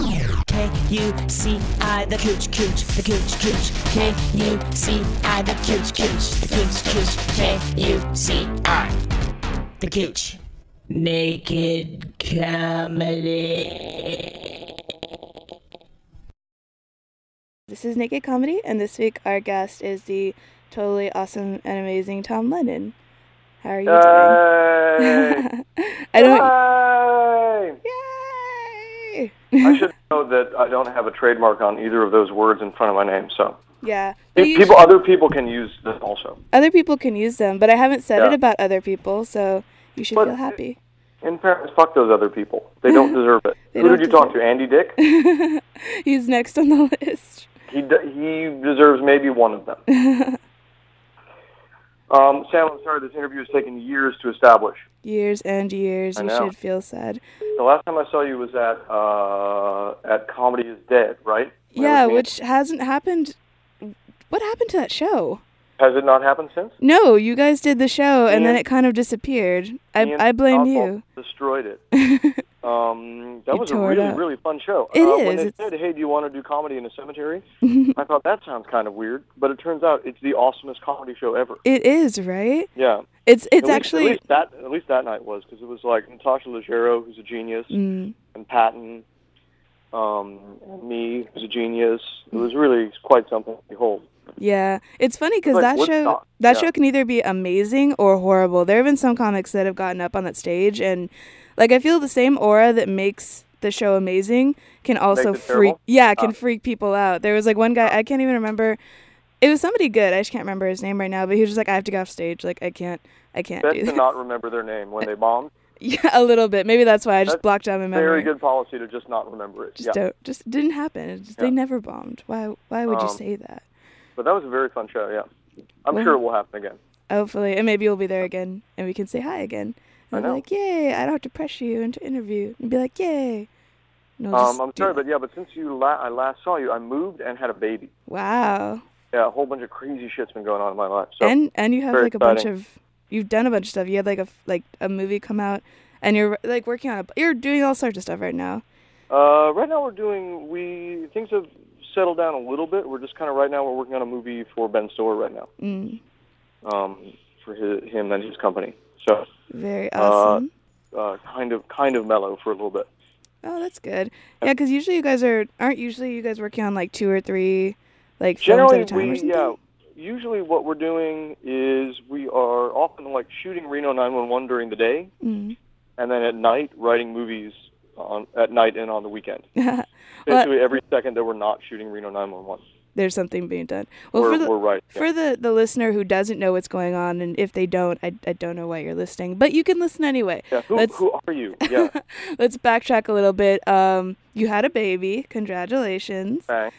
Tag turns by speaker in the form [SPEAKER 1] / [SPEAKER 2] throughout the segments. [SPEAKER 1] K U C I the cooch cooch the cooch cooch K U C I the cooch cooch the cooch cooch K U C I the cooch naked comedy.
[SPEAKER 2] This is Naked Comedy, and this week our guest is the totally awesome and amazing Tom Lennon. How are you doing? Uh,
[SPEAKER 3] Yay!
[SPEAKER 2] I don't.
[SPEAKER 3] Yay!
[SPEAKER 2] Yay!
[SPEAKER 3] I should know that I don't have a trademark on either of those words in front of my name, so
[SPEAKER 2] yeah.
[SPEAKER 3] Pe-
[SPEAKER 2] But you
[SPEAKER 3] people, other people can use them also.
[SPEAKER 2] should- other people can use them, but I haven't said
[SPEAKER 3] Yeah.
[SPEAKER 2] it about other people, so you should
[SPEAKER 3] But-
[SPEAKER 2] feel happy.
[SPEAKER 3] In fairness, fuck those other people. They don't deserve it.
[SPEAKER 2] They
[SPEAKER 3] Who
[SPEAKER 2] don't
[SPEAKER 3] did you talk
[SPEAKER 2] deserve
[SPEAKER 3] to? Andy Dick.
[SPEAKER 2] He's next on the list.
[SPEAKER 3] he d- he deserves maybe one of them. um, Sam, I'm sorry. This interview has taken years to establish.
[SPEAKER 2] Years and years.
[SPEAKER 3] I
[SPEAKER 2] You
[SPEAKER 3] know.
[SPEAKER 2] should feel sad.
[SPEAKER 3] The last time I saw you was at uh, at Comedy is Dead, right? When it
[SPEAKER 2] yeah,
[SPEAKER 3] was me.
[SPEAKER 2] which hasn't happened. What happened to that show?
[SPEAKER 3] has it not happened since?
[SPEAKER 2] No, you guys did the show, and then
[SPEAKER 3] Ian-
[SPEAKER 2] it kind of disappeared. I,
[SPEAKER 3] Ian
[SPEAKER 2] I blame
[SPEAKER 3] Oswald
[SPEAKER 2] you.
[SPEAKER 3] Destroyed it. Um, that
[SPEAKER 2] You
[SPEAKER 3] was a
[SPEAKER 2] tore it
[SPEAKER 3] really,
[SPEAKER 2] up.
[SPEAKER 3] really fun show.
[SPEAKER 2] It
[SPEAKER 3] uh, When
[SPEAKER 2] is,
[SPEAKER 3] they
[SPEAKER 2] it's-
[SPEAKER 3] said, "Hey, do you want to do comedy in a cemetery?" I thought that sounds kind of weird, but it turns out it's the awesomest comedy show ever.
[SPEAKER 2] It is right.
[SPEAKER 3] Yeah,
[SPEAKER 2] It's it's
[SPEAKER 3] at least-
[SPEAKER 2] actually
[SPEAKER 3] at least that at least that night was because it was like Natasha Leggero, who's a genius,
[SPEAKER 2] Mm,
[SPEAKER 3] and Patton, um, and me, who's a genius. It was really quite something to behold.
[SPEAKER 2] yeah. It's funny because
[SPEAKER 3] like
[SPEAKER 2] that show
[SPEAKER 3] Woodstock,
[SPEAKER 2] that
[SPEAKER 3] yeah.
[SPEAKER 2] show can either be amazing or horrible. There have been some comics that have gotten up on that stage, and like I feel the same aura that makes the show amazing can also
[SPEAKER 3] it
[SPEAKER 2] freak
[SPEAKER 3] terrible? Uh.
[SPEAKER 2] yeah can
[SPEAKER 3] Ah.
[SPEAKER 2] freak people out. There was like one guy I can't even remember. It was somebody good. I just can't remember his name right now, but he was just like, I have to go off stage. Like I can't, I can't
[SPEAKER 3] Best
[SPEAKER 2] do
[SPEAKER 3] to
[SPEAKER 2] this.
[SPEAKER 3] not remember their name when they bombed.
[SPEAKER 2] Yeah, a little bit. Maybe that's why I just
[SPEAKER 3] That's
[SPEAKER 2] blocked out my memory.
[SPEAKER 3] Very good policy to just not remember it.
[SPEAKER 2] Just
[SPEAKER 3] yeah,
[SPEAKER 2] don't. Just didn't happen. It just- They
[SPEAKER 3] Yeah.
[SPEAKER 2] never bombed. Why? Why would you
[SPEAKER 3] Um,
[SPEAKER 2] say that?
[SPEAKER 3] but that was a very fun show. Yeah, I'm
[SPEAKER 2] Well-
[SPEAKER 3] sure it will happen again.
[SPEAKER 2] Hopefully, and maybe you'll be there again, and we can say hi again.
[SPEAKER 3] I
[SPEAKER 2] And be
[SPEAKER 3] know.
[SPEAKER 2] like, yay! I don't have to pressure you into interview, and be like, yay. No,
[SPEAKER 3] Um, I'm sorry, but yeah, but since you la- I last saw you, I moved and had a baby.
[SPEAKER 2] wow.
[SPEAKER 3] Yeah, a whole bunch of crazy shit's been going on in my life. So
[SPEAKER 2] and and you have
[SPEAKER 3] very
[SPEAKER 2] like a bunch
[SPEAKER 3] exciting.
[SPEAKER 2] of you've done a bunch of stuff. You had like a f- like a movie come out, and you're like working on a you're doing all sorts of stuff right now.
[SPEAKER 3] uh, right now we're doing we things have settled down a little bit. We're just kind of right now we're working on a movie for Ben Stiller right now,
[SPEAKER 2] Mm,
[SPEAKER 3] um, for his, him and his company. So
[SPEAKER 2] very
[SPEAKER 3] Uh,
[SPEAKER 2] awesome.
[SPEAKER 3] uh, kind of kind of mellow for a little bit.
[SPEAKER 2] oh, that's good. Yeah, because usually you guys are aren't usually you guys working on like two or three like
[SPEAKER 3] Generally,
[SPEAKER 2] films at a time or
[SPEAKER 3] we
[SPEAKER 2] something.
[SPEAKER 3] yeah. Usually, what we're doing is we are often like shooting Reno 911 during the day,
[SPEAKER 2] Mm.
[SPEAKER 3] and then at night writing movies on at night and on the weekend.
[SPEAKER 2] Well-
[SPEAKER 3] Basically, every second that we're not shooting Reno 911,
[SPEAKER 2] there's something being done. Well,
[SPEAKER 3] we're,
[SPEAKER 2] for the
[SPEAKER 3] we're right. yeah.
[SPEAKER 2] for the the listener who doesn't know what's going on, and if they don't, I, I don't know why you're listening, but you can listen anyway.
[SPEAKER 3] Yeah, Who,
[SPEAKER 2] let's-
[SPEAKER 3] who are you? Yeah,
[SPEAKER 2] Let's backtrack a little bit. Um, you had a baby. Congratulations.
[SPEAKER 3] thanks.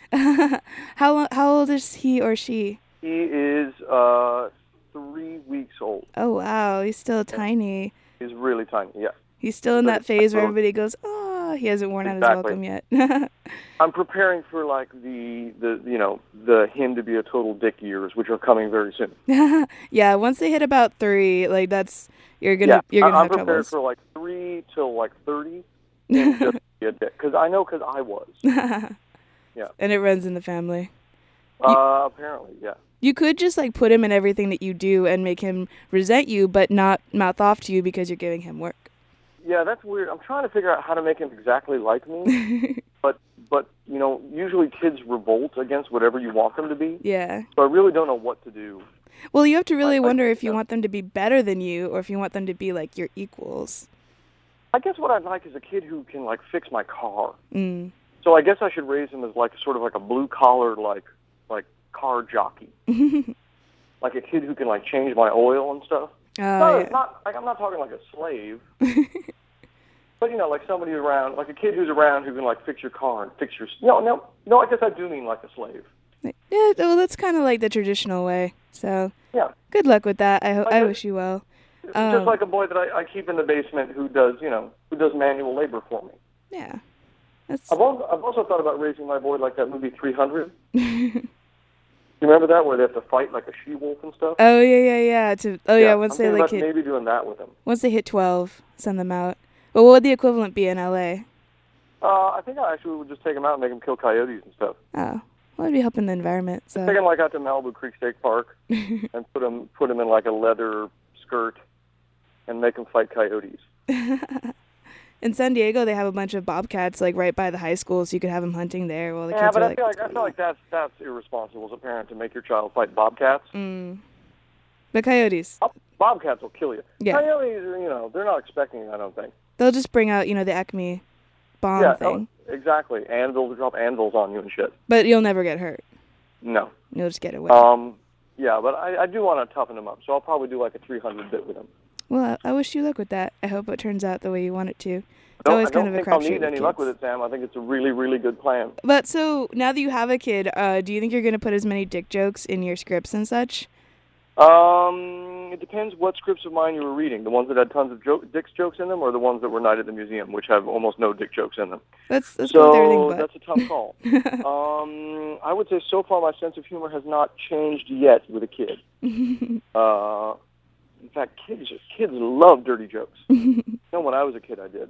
[SPEAKER 2] how lo- how old is he or she?
[SPEAKER 3] He is uh, three weeks old.
[SPEAKER 2] Oh wow, he's still tiny.
[SPEAKER 3] He's really tiny. Yeah,
[SPEAKER 2] He's still in
[SPEAKER 3] But
[SPEAKER 2] that
[SPEAKER 3] it's like
[SPEAKER 2] phase where
[SPEAKER 3] little-
[SPEAKER 2] everybody goes, oh, he hasn't worn out his
[SPEAKER 3] Exactly.
[SPEAKER 2] welcome yet.
[SPEAKER 3] I'm preparing for like the the you know the him to be a total dick years, which are coming very soon.
[SPEAKER 2] yeah, once they hit about three, like that's you're gonna
[SPEAKER 3] yeah,
[SPEAKER 2] you're gonna
[SPEAKER 3] I- I'm
[SPEAKER 2] have
[SPEAKER 3] prepared
[SPEAKER 2] troubles.
[SPEAKER 3] for like three till like thirty, and just be a dick because I know because I was Yeah.
[SPEAKER 2] And it runs in the family.
[SPEAKER 3] uh, apparently. Yeah,
[SPEAKER 2] You could just like put him in everything that you do and make him resent you, but not mouth off to you because you're giving him work.
[SPEAKER 3] yeah, that's weird. I'm trying to figure out how to make him exactly like me. but but you know usually kids revolt against whatever you want them to be
[SPEAKER 2] yeah.
[SPEAKER 3] so i really don't know what to do
[SPEAKER 2] Well, you have to really
[SPEAKER 3] I-
[SPEAKER 2] wonder if you
[SPEAKER 3] yeah.
[SPEAKER 2] want them to be better than you or if you want them to be like your equals.
[SPEAKER 3] i guess what i'd like is a kid who can like fix my car
[SPEAKER 2] Mm.
[SPEAKER 3] so i guess i should raise him as like sort of like a blue collar like like car jockey like a kid who can like change my oil and stuff
[SPEAKER 2] Oh,
[SPEAKER 3] no
[SPEAKER 2] yeah.
[SPEAKER 3] not like i'm not talking like a slave but you know like somebody around like a kid who's around who can like fix your car and fix your no no no i guess i do mean like a slave
[SPEAKER 2] yeah. Well, that's kind of like the traditional way. So
[SPEAKER 3] yeah
[SPEAKER 2] good luck with that. I hope
[SPEAKER 3] I
[SPEAKER 2] I
[SPEAKER 3] guess-
[SPEAKER 2] wish you well. Um,
[SPEAKER 3] just like a boy that I, I keep in the basement who does, you know, who does manual labor for me.
[SPEAKER 2] yeah. That's
[SPEAKER 3] I've also, I've also thought about raising my boy like that movie 300. you remember that where they have to fight like a she wolf and stuff?
[SPEAKER 2] Oh yeah, yeah, yeah. To oh yeah, once
[SPEAKER 3] I'm
[SPEAKER 2] they
[SPEAKER 3] thinking
[SPEAKER 2] like
[SPEAKER 3] about
[SPEAKER 2] hit
[SPEAKER 3] maybe doing that with him.
[SPEAKER 2] once they hit twelve, send them out. Well, what would the equivalent be in LA?
[SPEAKER 3] Uh, I think I actually would just take them out and make them kill coyotes and stuff.
[SPEAKER 2] Oh, well, I'd be helping the environment.
[SPEAKER 3] Take
[SPEAKER 2] So,
[SPEAKER 3] them like out to Malibu Creek State Park and put them put them in like a leather skirt and make them fight coyotes.
[SPEAKER 2] in San Diego, they have a bunch of bobcats like right by the high school, so you could have them hunting there while the
[SPEAKER 3] Yeah,
[SPEAKER 2] kids
[SPEAKER 3] but
[SPEAKER 2] are
[SPEAKER 3] I
[SPEAKER 2] like.
[SPEAKER 3] feel
[SPEAKER 2] "What's
[SPEAKER 3] like
[SPEAKER 2] going
[SPEAKER 3] I feel
[SPEAKER 2] on?"
[SPEAKER 3] like that's that's irresponsible as a parent to make your child fight bobcats.
[SPEAKER 2] Mm. But coyotes,
[SPEAKER 3] Bob- Bobcats will kill you.
[SPEAKER 2] Yeah.
[SPEAKER 3] Coyotes, are, you know, they're not expecting it. I don't think.
[SPEAKER 2] they'll just bring out you know the Acme bomb
[SPEAKER 3] yeah,
[SPEAKER 2] thing,
[SPEAKER 3] oh, exactly. Anvils drop anvils on you and shit.
[SPEAKER 2] but you'll never get hurt.
[SPEAKER 3] No.
[SPEAKER 2] You'll just get away.
[SPEAKER 3] Um, yeah, but I, I do want to toughen them up, so I'll probably do like a 300 bit with them.
[SPEAKER 2] well, I I wish you luck with that. I hope it turns out the way you want it to. It's
[SPEAKER 3] I don't,
[SPEAKER 2] always
[SPEAKER 3] I don't
[SPEAKER 2] kind of a
[SPEAKER 3] think I'll
[SPEAKER 2] crapshoot.
[SPEAKER 3] need any luck with
[SPEAKER 2] kids.
[SPEAKER 3] it, Sam. I think it's a really, really good plan.
[SPEAKER 2] But so now that you have a kid, uh, do you think you're going to put as many dick jokes in your scripts and such?
[SPEAKER 3] Um, it depends what scripts of mine you were reading. The ones that had tons of jo- dick jokes in them, or the ones that were Night at the Museum, which have almost no dick jokes in them.
[SPEAKER 2] Let's let's go with everything
[SPEAKER 3] so
[SPEAKER 2] but.
[SPEAKER 3] that's a tough call. um, I would say so far my sense of humor has not changed yet with a kid. uh, in fact, kids kids love dirty jokes. you know, when I was a kid, I did.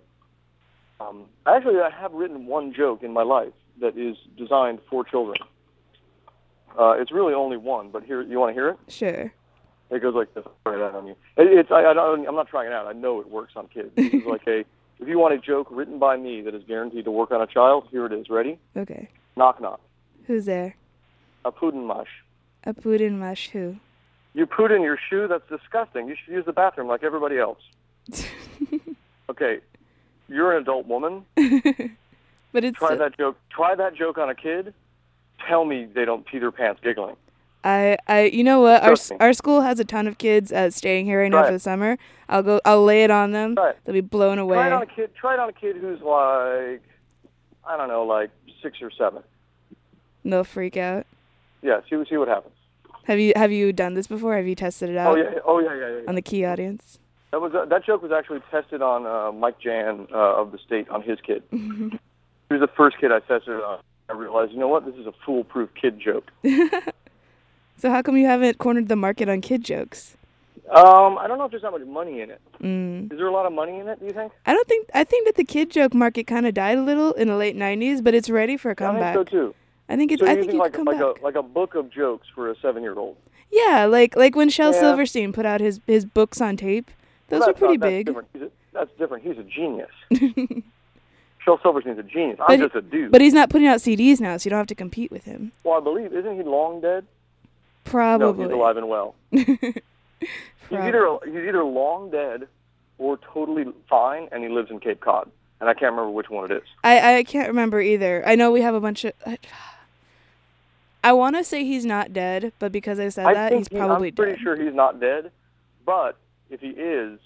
[SPEAKER 3] Um, actually, I have written one joke in my life that is designed for children. Uh, it's really only one, but here you want to hear it.
[SPEAKER 2] Sure.
[SPEAKER 3] It goes like this. Try that on you. It, it's I, I don't, I'm not trying it out. I know it works on kids. This is like a if you want a joke written by me that is guaranteed to work on a child, here it is. Ready?
[SPEAKER 2] Okay.
[SPEAKER 3] Knock knock.
[SPEAKER 2] Who's there?
[SPEAKER 3] A puddin mush.
[SPEAKER 2] A Putin mush who?
[SPEAKER 3] You put in your shoe. That's disgusting. You should use the bathroom like everybody else. okay, you're an adult woman.
[SPEAKER 2] But it's
[SPEAKER 3] Try that joke. Try that joke on a kid. Tell me they don't pee their pants giggling.
[SPEAKER 2] I I you know what our s-
[SPEAKER 3] Disgusting.
[SPEAKER 2] our school has a ton of kids uh, staying here right now
[SPEAKER 3] Right.
[SPEAKER 2] for the summer. I'll go. I'll lay it on them.
[SPEAKER 3] Right.
[SPEAKER 2] They'll be blown away.
[SPEAKER 3] Try it on a kid. Try it on a kid who's like, I don't know, like six or seven.
[SPEAKER 2] and They'll freak out.
[SPEAKER 3] Yeah, see see what happens.
[SPEAKER 2] Have you have you done this before? Have you tested it out
[SPEAKER 3] Oh yeah, oh yeah, yeah, yeah. yeah.
[SPEAKER 2] on the key audience?
[SPEAKER 3] That was uh, that joke was actually tested on uh, Mike Jan uh, of the state on his kid. he was the first kid I tested it on. I realized, you know what, this is a foolproof kid joke.
[SPEAKER 2] So how come you haven't cornered the market on kid jokes?
[SPEAKER 3] um, I don't know if there's that much money in it. Is
[SPEAKER 2] Mm.
[SPEAKER 3] there a lot of money in it? Do you think?
[SPEAKER 2] I don't think I think that the kid joke market kind of died a little in the late '90s, but it's ready for a
[SPEAKER 3] I
[SPEAKER 2] comeback.
[SPEAKER 3] think so too.
[SPEAKER 2] I think it's.
[SPEAKER 3] So
[SPEAKER 2] I
[SPEAKER 3] you
[SPEAKER 2] think, it
[SPEAKER 3] like
[SPEAKER 2] could come
[SPEAKER 3] like
[SPEAKER 2] back.
[SPEAKER 3] a like a book of jokes for a seven year old?
[SPEAKER 2] yeah, like like when Shel
[SPEAKER 3] Yeah.
[SPEAKER 2] Silverstein put out his his books on tape. Those were pretty
[SPEAKER 3] that's
[SPEAKER 2] big.
[SPEAKER 3] Different. He's a, that's different. He's a genius. Shel Silverstein's a genius.
[SPEAKER 2] But
[SPEAKER 3] I'm
[SPEAKER 2] he-
[SPEAKER 3] just a dude.
[SPEAKER 2] But he's not putting out CDs now, so you don't have to compete with him.
[SPEAKER 3] well, I believe isn't he long dead?
[SPEAKER 2] Probably.
[SPEAKER 3] No, he's alive and well. he's either he's either long dead or totally fine, and he lives in Cape Cod. And I can't remember which one it is.
[SPEAKER 2] I I can't remember either. I know we have a bunch of. I, I want to say he's not dead, but because I said
[SPEAKER 3] I
[SPEAKER 2] that,
[SPEAKER 3] think
[SPEAKER 2] he's
[SPEAKER 3] he-
[SPEAKER 2] probably
[SPEAKER 3] I'm pretty
[SPEAKER 2] dead.
[SPEAKER 3] sure he's not dead, but if he is,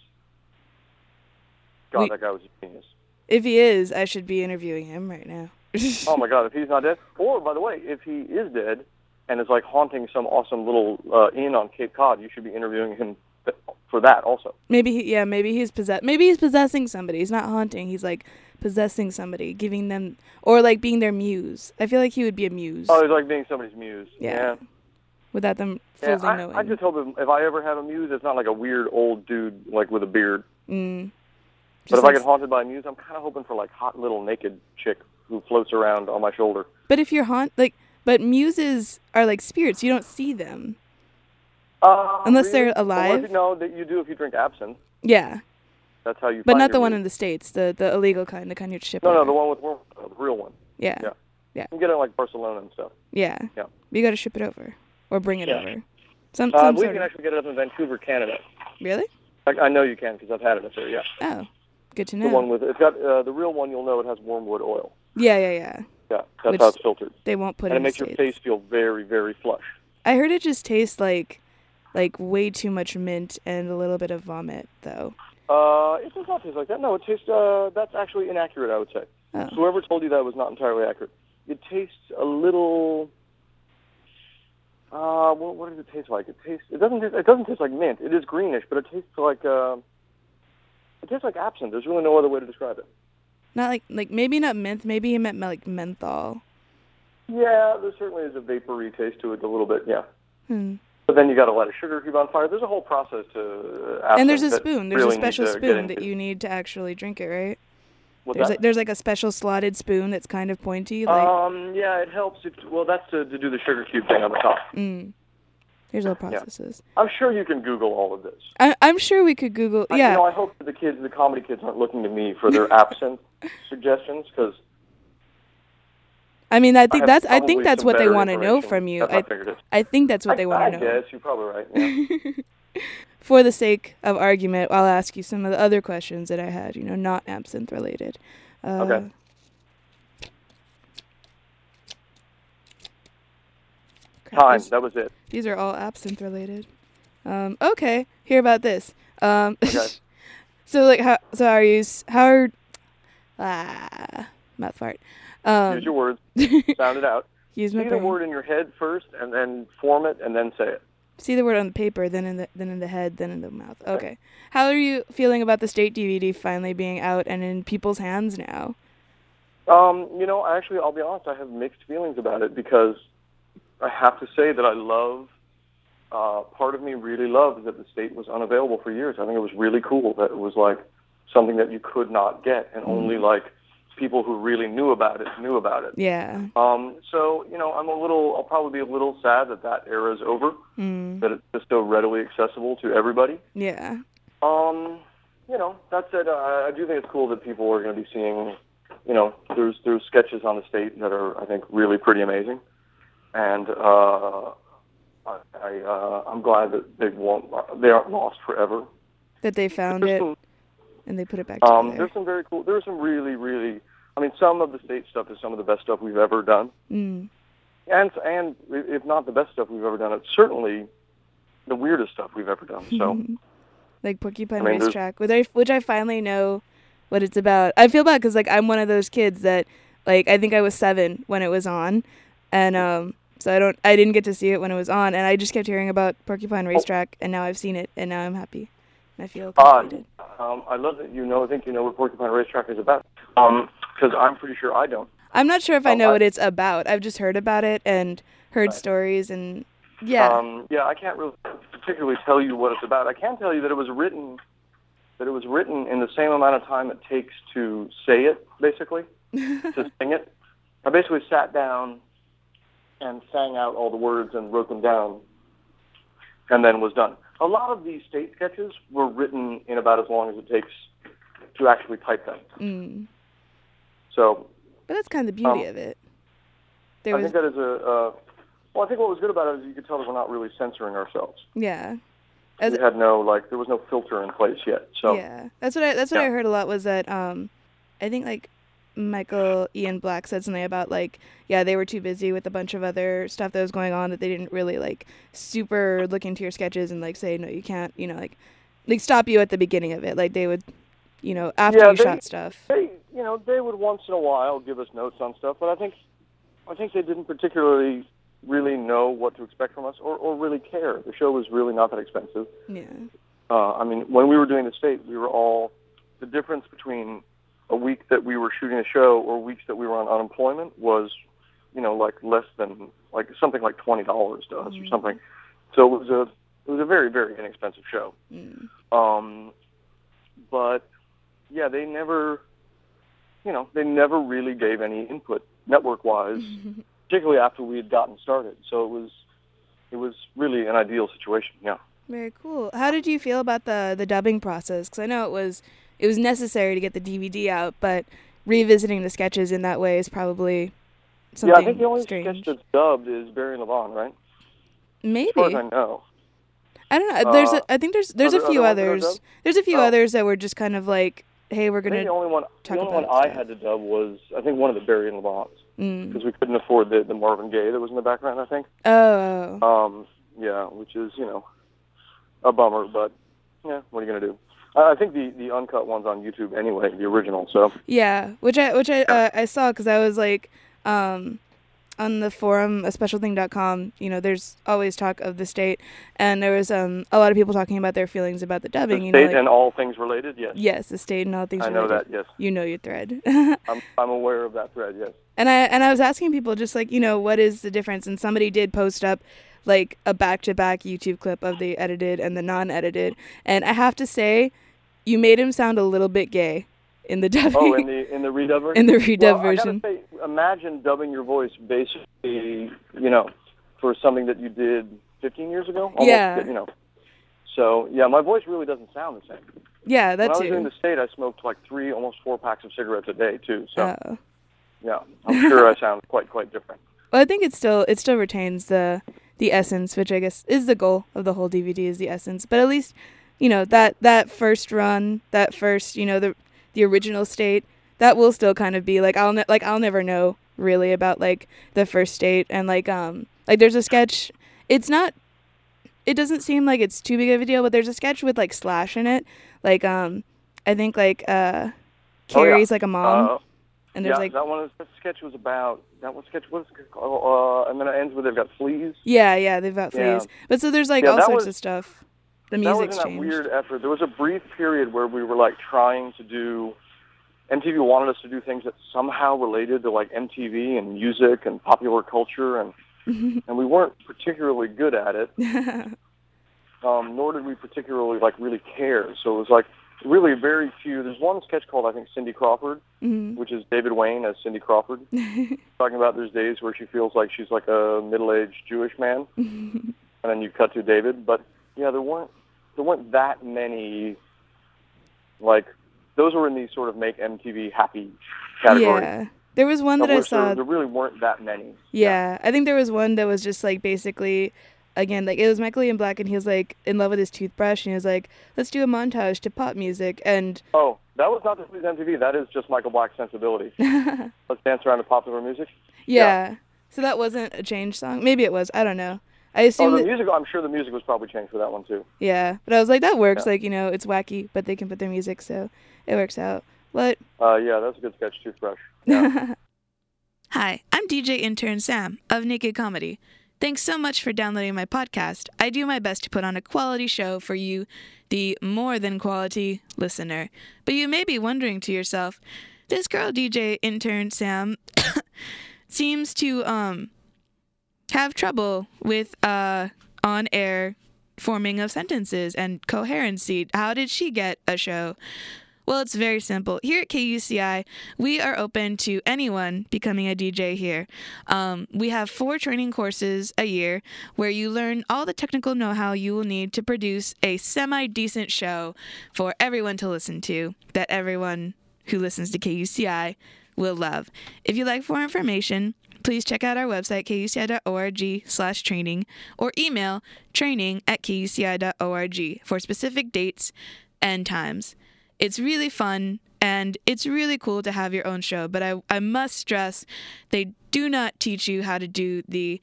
[SPEAKER 3] God,
[SPEAKER 2] We-
[SPEAKER 3] that guy was a genius.
[SPEAKER 2] If he is, I should be interviewing him right now.
[SPEAKER 3] Oh my God, if he's not dead, or by the way, if he is dead and is like haunting some awesome little uh, inn on Cape Cod, you should be interviewing him th- for that also.
[SPEAKER 2] Maybe he, yeah, maybe he's possess. Maybe he's possessing somebody. He's not haunting. He's like possessing somebody, giving them or like being their muse. I feel like he would be a muse
[SPEAKER 3] Oh, he's like being somebody's muse.
[SPEAKER 2] Yeah. without them fully
[SPEAKER 3] Yeah,
[SPEAKER 2] knowing.
[SPEAKER 3] I, I just hope if, if I ever have a muse, it's not like a weird old dude like with a beard. but
[SPEAKER 2] Just
[SPEAKER 3] if
[SPEAKER 2] like-
[SPEAKER 3] I get haunted by a muse, I'm kind of hoping for like hot little naked chick who floats around on my shoulder.
[SPEAKER 2] but if you're haunt, like, but muses are like spirits. You don't see them.
[SPEAKER 3] Uh,
[SPEAKER 2] Unless they're
[SPEAKER 3] But what if
[SPEAKER 2] alive?
[SPEAKER 3] you- No, that you do if you drink absinthe.
[SPEAKER 2] Yeah,
[SPEAKER 3] That's how you.
[SPEAKER 2] but
[SPEAKER 3] find
[SPEAKER 2] not
[SPEAKER 3] your
[SPEAKER 2] the one
[SPEAKER 3] muse.
[SPEAKER 2] in the states. The the illegal kind, the kind you'd ship.
[SPEAKER 3] No, no,
[SPEAKER 2] over.
[SPEAKER 3] the one with worm, uh, the real one.
[SPEAKER 2] Yeah.
[SPEAKER 3] Yeah.
[SPEAKER 2] Yeah.
[SPEAKER 3] You can get it in, like Barcelona and stuff.
[SPEAKER 2] Yeah.
[SPEAKER 3] Yeah.
[SPEAKER 2] You got to ship it over or bring it
[SPEAKER 3] Yeah.
[SPEAKER 2] over. Some,
[SPEAKER 3] Uh, I
[SPEAKER 2] some sort
[SPEAKER 3] believe you can
[SPEAKER 2] of,
[SPEAKER 3] actually get it up in Vancouver, Canada.
[SPEAKER 2] really?
[SPEAKER 3] I, I know you can because I've had it up there. Yeah.
[SPEAKER 2] Oh, good to
[SPEAKER 3] The
[SPEAKER 2] know.
[SPEAKER 3] one with it's got uh, the real one. You'll know it has wormwood oil.
[SPEAKER 2] yeah, yeah, yeah.
[SPEAKER 3] Yeah, that's
[SPEAKER 2] Which-
[SPEAKER 3] how it's filtered,
[SPEAKER 2] They won't put
[SPEAKER 3] and it
[SPEAKER 2] in the
[SPEAKER 3] makes your
[SPEAKER 2] States.
[SPEAKER 3] face feel very, very flush.
[SPEAKER 2] I heard it just tastes like like way too much mint and a little bit of vomit though.
[SPEAKER 3] Uh, it does not taste like that. No, it tastes. Uh, that's actually inaccurate. I would say.
[SPEAKER 2] Oh.
[SPEAKER 3] Whoever told you that was not entirely accurate. It tastes a little. Uh, what, what does it taste like? It tastes. It doesn't. Taste, it doesn't taste like mint. It is greenish, but it tastes like. Uh, it tastes like absinthe. There's really no other way to describe it.
[SPEAKER 2] Not like like maybe not mint, maybe he meant like menthol.
[SPEAKER 3] Yeah, there certainly is a vapory taste to it a little bit. Yeah.
[SPEAKER 2] Hmm.
[SPEAKER 3] But then you got to light a sugar cube on fire. There's a whole process to. uh,
[SPEAKER 2] and there's a
[SPEAKER 3] absinthe that
[SPEAKER 2] spoon. There's
[SPEAKER 3] really
[SPEAKER 2] a
[SPEAKER 3] needs
[SPEAKER 2] special
[SPEAKER 3] to get
[SPEAKER 2] spoon that
[SPEAKER 3] into.
[SPEAKER 2] you need to actually drink it, right?
[SPEAKER 3] What's
[SPEAKER 2] There's
[SPEAKER 3] that?
[SPEAKER 2] like, there's like a special slotted spoon that's kind of pointy. Like
[SPEAKER 3] um, yeah, it helps. If, well, that's to, to do the sugar cube thing on the top.
[SPEAKER 2] Mm. there's little processes.
[SPEAKER 3] I'm sure you can Google all of this.
[SPEAKER 2] I, I'm sure we could Google.
[SPEAKER 3] I-
[SPEAKER 2] yeah,
[SPEAKER 3] You know, I hope that the kids, the comedy kids, aren't looking to me for their absent suggestions because
[SPEAKER 2] I mean, I think
[SPEAKER 3] have
[SPEAKER 2] that's I
[SPEAKER 3] probably
[SPEAKER 2] think that's
[SPEAKER 3] some
[SPEAKER 2] what they
[SPEAKER 3] better
[SPEAKER 2] want to know
[SPEAKER 3] information.
[SPEAKER 2] from you.
[SPEAKER 3] That's how I
[SPEAKER 2] I,
[SPEAKER 3] figured it.
[SPEAKER 2] I think that's what they
[SPEAKER 3] I
[SPEAKER 2] want to know.
[SPEAKER 3] guess you're probably right. Yeah.
[SPEAKER 2] For the sake of argument, I'll ask you some of the other questions that I had. You know, not absinthe related. Uh,
[SPEAKER 3] Okay.
[SPEAKER 2] crap,
[SPEAKER 3] Time.
[SPEAKER 2] these-
[SPEAKER 3] That was it.
[SPEAKER 2] These are all absinthe related. Um, okay, hear about this. Um,
[SPEAKER 3] Okay.
[SPEAKER 2] so like, how so are you? s- How are ah mouth fart? Um,
[SPEAKER 3] Use your words. Sound it out.
[SPEAKER 2] use my
[SPEAKER 3] See the
[SPEAKER 2] brain.
[SPEAKER 3] word in your head first, and then form it, and then say it.
[SPEAKER 2] See the word on the paper, then in the then in the head, then in the mouth. Okay. How are you feeling about the state DVD finally being out and in people's hands now?
[SPEAKER 3] Um, you know, actually, I'll be honest. I have mixed feelings about it because I have to say that I love. Uh, part of me really loved that the state was unavailable for years. I think it was really cool that it was like something that you could not get, and only like people who really knew about it knew about it.
[SPEAKER 2] Yeah.
[SPEAKER 3] Um, so you know, I'm a little. I'll probably be a little sad that that era is over. That it's just so readily accessible to everybody.
[SPEAKER 2] Yeah.
[SPEAKER 3] Um, you know, that said, uh, I do think it's cool that people are going to be seeing. You know, there's there's sketches on the state that are I think really pretty amazing, and uh, I, I uh, I'm glad that they won't they aren't lost forever.
[SPEAKER 2] That they found it
[SPEAKER 3] There's some,
[SPEAKER 2] and they put it back
[SPEAKER 3] um,
[SPEAKER 2] together.
[SPEAKER 3] there's some very cool. There's some really really. I mean, some of the state stuff is some of the best stuff we've ever done.
[SPEAKER 2] Mm.
[SPEAKER 3] and and if not the best stuff we've ever done, it's certainly the weirdest stuff we've ever done. So
[SPEAKER 2] Like Porcupine
[SPEAKER 3] I mean, there's-
[SPEAKER 2] Racetrack, which I, which I finally know what it's about. I feel bad because like I'm one of those kids that like I think I was seven when it was on, and um so I don't I didn't get to see it when it was on, and I just kept hearing about
[SPEAKER 3] Oh.
[SPEAKER 2] Porcupine Racetrack, and now I've seen it, and now I'm happy. And I feel
[SPEAKER 3] uh,
[SPEAKER 2] completed.
[SPEAKER 3] um, I love that you know. I think you know what Porcupine Racetrack is about because I'm pretty sure I don't.
[SPEAKER 2] I'm not sure if I
[SPEAKER 3] Oh,
[SPEAKER 2] know
[SPEAKER 3] I-
[SPEAKER 2] what it's about. I've just heard about it and heard stories and yeah.
[SPEAKER 3] Um, yeah, I can't really particularly tell you what it's about. I can tell you that it was written that it was written in the same amount of time it takes to say it, basically to sing it. I basically sat down and sang out all the words and wrote them down, and then was done. A lot of these state sketches were written in about as long as it takes to actually type them.
[SPEAKER 2] mm.
[SPEAKER 3] So
[SPEAKER 2] But that's kind of the beauty
[SPEAKER 3] um,
[SPEAKER 2] of it. There
[SPEAKER 3] I
[SPEAKER 2] was
[SPEAKER 3] think that is a uh, well. I think what was good about it is you could tell that we're not really censoring ourselves.
[SPEAKER 2] yeah. As-
[SPEAKER 3] we had no like there was no filter in place yet. So
[SPEAKER 2] Yeah, that's what I that's what I
[SPEAKER 3] Yeah.
[SPEAKER 2] heard a lot was that um, I think like Michael Ian Black said something about like yeah they were too busy with a bunch of other stuff that was going on that they didn't really like super look into your sketches and like say no you can't you know like like stop you at the beginning of it like they would you know after
[SPEAKER 3] Yeah,
[SPEAKER 2] you
[SPEAKER 3] they-
[SPEAKER 2] shot stuff
[SPEAKER 3] they you know they would once in a while give us notes on stuff, but I think I think they didn't particularly really know what to expect from us or, or really care. The show was really not that expensive.
[SPEAKER 2] yeah
[SPEAKER 3] Uh, I mean, when we were doing the state, we were all the difference between a week that we were shooting a show or weeks that we were on unemployment was, you know, like less than like something like twenty dollars to us or something. So it was a it was a very very inexpensive show. Um, but yeah, they never, you know, they never really gave any input network wise, particularly after we had gotten started. So it was it was really an ideal situation. Yeah.
[SPEAKER 2] very cool how did you feel about the the dubbing process because I know it was it was necessary to get the DVD out but revisiting the sketches in that way is probably something
[SPEAKER 3] Yeah, I think the only
[SPEAKER 2] strange.
[SPEAKER 3] sketch that's dubbed is Barry Levon, right?
[SPEAKER 2] Maybe
[SPEAKER 3] As far as I know.
[SPEAKER 2] I don't know. There's
[SPEAKER 3] Uh,
[SPEAKER 2] a, I think there's there's
[SPEAKER 3] other-
[SPEAKER 2] a few
[SPEAKER 3] other ones that are
[SPEAKER 2] others.
[SPEAKER 3] done?
[SPEAKER 2] There's a few
[SPEAKER 3] Oh.
[SPEAKER 2] others that were just kind of like, hey, we're
[SPEAKER 3] I think
[SPEAKER 2] gonna.
[SPEAKER 3] the only one, the
[SPEAKER 2] talk
[SPEAKER 3] only one
[SPEAKER 2] about
[SPEAKER 3] I
[SPEAKER 2] stuff.
[SPEAKER 3] had to dub was, I think, one of the Barry and Levons.
[SPEAKER 2] Mm.
[SPEAKER 3] Because we couldn't afford the, the Marvin Gaye that was in the background, I think.
[SPEAKER 2] Oh, oh,
[SPEAKER 3] Um, yeah, which is, you know, a bummer, but yeah, what are you going to do? I I think the, the uncut one's on YouTube anyway, the original, so.
[SPEAKER 2] yeah. Which I which I uh, I saw because I was like, um, on the forum, a specialthing.com. You know, there's always talk of the state, and there was um a lot of people talking about their feelings about the
[SPEAKER 3] The
[SPEAKER 2] dubbing. You know,
[SPEAKER 3] state
[SPEAKER 2] like,
[SPEAKER 3] and all things related, yes.
[SPEAKER 2] yes, the state and all things.
[SPEAKER 3] I know
[SPEAKER 2] related.
[SPEAKER 3] that, yes.
[SPEAKER 2] You know your thread.
[SPEAKER 3] I'm, I'm aware of that thread, yes.
[SPEAKER 2] And I and I was asking people just like, you know, what is the difference? And somebody did post up like a back to back YouTube clip of the edited and the non edited. And I have to say, you made him sound a little bit gay in the dubbing.
[SPEAKER 3] Oh, in the in the redub version.
[SPEAKER 2] In the redub
[SPEAKER 3] well,
[SPEAKER 2] version.
[SPEAKER 3] I gotta say, imagine dubbing your voice basically, you know, for something that you did 15 years ago. Almost,
[SPEAKER 2] Yeah.
[SPEAKER 3] You know. So yeah, my voice really doesn't sound the same.
[SPEAKER 2] yeah,
[SPEAKER 3] when I
[SPEAKER 2] that
[SPEAKER 3] was in
[SPEAKER 2] too.
[SPEAKER 3] the state, I smoked like three, almost four packs of cigarettes a day too. So
[SPEAKER 2] Oh.
[SPEAKER 3] yeah, I'm sure I sound quite quite different.
[SPEAKER 2] Well, I think it still it still retains the the essence, which I guess is the goal of the whole DVD is the essence. But at least, you know that that first run, that first you know the the original state, that will still kind of be like I'll ne- like I'll never know really about like the first state and like um like there's a sketch. It's not. It doesn't seem like it's too big of a deal, but there's a sketch with like Slash in it. Like um, I think like uh,
[SPEAKER 3] Oh, yeah.
[SPEAKER 2] Carrie's like a mom,
[SPEAKER 3] uh,
[SPEAKER 2] and
[SPEAKER 3] yeah,
[SPEAKER 2] there's like
[SPEAKER 3] that one. That sketch was about that one sketch was called, uh, and then it ends with they've got fleas.
[SPEAKER 2] Yeah, yeah, they've got fleas.
[SPEAKER 3] Yeah.
[SPEAKER 2] But so there's like
[SPEAKER 3] Yeah,
[SPEAKER 2] all
[SPEAKER 3] that
[SPEAKER 2] sorts
[SPEAKER 3] was-
[SPEAKER 2] of stuff. The
[SPEAKER 3] that was
[SPEAKER 2] music's
[SPEAKER 3] in that
[SPEAKER 2] changed.
[SPEAKER 3] weird effort. There was a brief period where we were like trying to do. MTV wanted us to do things that somehow related to like MTV and music and popular culture, and and we weren't particularly good at it. um, nor did we particularly like really care. So it was like really very few. There's one sketch called I think Cindy Crawford,
[SPEAKER 2] Mm.
[SPEAKER 3] which is David Wayne as Cindy Crawford, talking about those days where she feels like she's like a middle-aged Jewish man, and then you cut to David. But yeah, there weren't there weren't that many like those were in these sort of make MTV happy category.
[SPEAKER 2] Yeah. There was one
[SPEAKER 3] Of
[SPEAKER 2] that I
[SPEAKER 3] which there-
[SPEAKER 2] saw.
[SPEAKER 3] there really weren't that many.
[SPEAKER 2] Yeah. I think there was one that was just like basically again, like it was Michael Ian Black and he was like in love with his toothbrush and he was like, Let's do a montage to pop music and
[SPEAKER 3] Oh, that was not the Sleaze MTV. That is just Michael Black's sensibility. Let's dance around to popular music.
[SPEAKER 2] yeah. So that wasn't a change song. Maybe it was, I don't know. I
[SPEAKER 3] Oh,
[SPEAKER 2] assume
[SPEAKER 3] the
[SPEAKER 2] that,
[SPEAKER 3] music. I'm sure the music was probably changed for that one too.
[SPEAKER 2] yeah. But I was like, that works,
[SPEAKER 3] Yeah.
[SPEAKER 2] like, you know, it's wacky, but they can put their music so it works out. What
[SPEAKER 3] Uh, yeah, that's a good sketch. Toothbrush. Yeah.
[SPEAKER 4] Hi, I'm DJ intern Sam of Naked Comedy. Thanks so much for downloading my podcast. I do my best to put on a quality show for you, the more than quality listener. But you may be wondering to yourself, this girl DJ intern Sam seems to um have trouble with uh on air forming of sentences and coherency. How did she get a show? Well, it's very simple. Here at KUCI, we are open to anyone becoming a DJ here. Um, we have four training courses a year where you learn all the technical know how you will need to produce a semi decent show for everyone to listen to that everyone who listens to KUCI will love. If you'd like more information, please check out our website, kuci.org slash training, or email training at kuci.org for specific dates and times. It's really fun and it's really cool to have your own show, but I, I must stress they do not teach you how to do the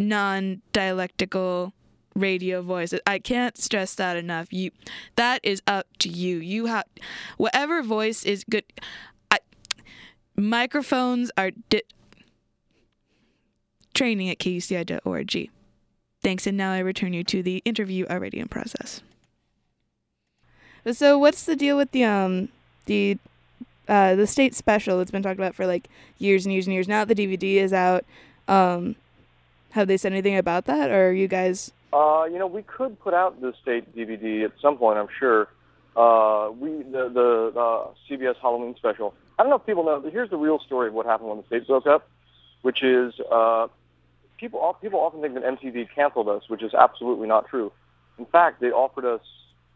[SPEAKER 4] non dialectical radio voice. I can't stress that enough. You that is up to you. You have whatever voice is good I, microphones are di- training at kuci.org. Thanks and now I return you to the interview already in process.
[SPEAKER 2] So what's the deal with the um the uh the state special that's been talked about for like years and years and years now that the DVD is out um have they said anything about that or are you guys
[SPEAKER 3] Uh, you know, we could put out the state DVD at some point. I'm sure. Uh, we the the uh, CBS Halloween special. I don't know if people know. But here's the real story of what happened when the state broke up, which is uh, people of- people often think that MTV canceled us, which is absolutely not true. In fact, they offered us.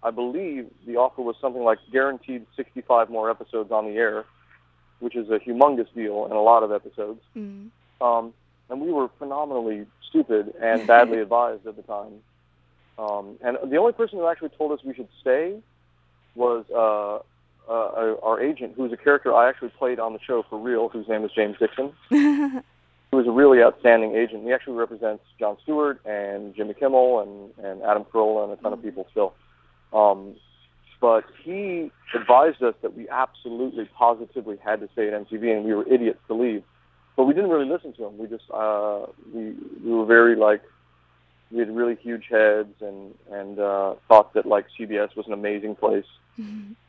[SPEAKER 3] I believe the offer was something like guaranteed 65 more episodes on the air, which is a humongous deal and a lot of episodes. Um, and we were phenomenally stupid and badly advised at the time. Um, and the only person who actually told us we should stay was uh, uh, our agent, who's a character I actually played on the show for real, whose name is James Dixon. he was a really outstanding agent. He actually represents John Stewart and Jimmy Kimmel and, and Adam Carolla and a ton of people still. Um, but he advised us that we absolutely, positively had to stay at MTV, and we were idiots to leave. But we didn't really listen to him. We just uh, we we were very like we had really huge heads and and uh, thought that like CBS was an amazing place.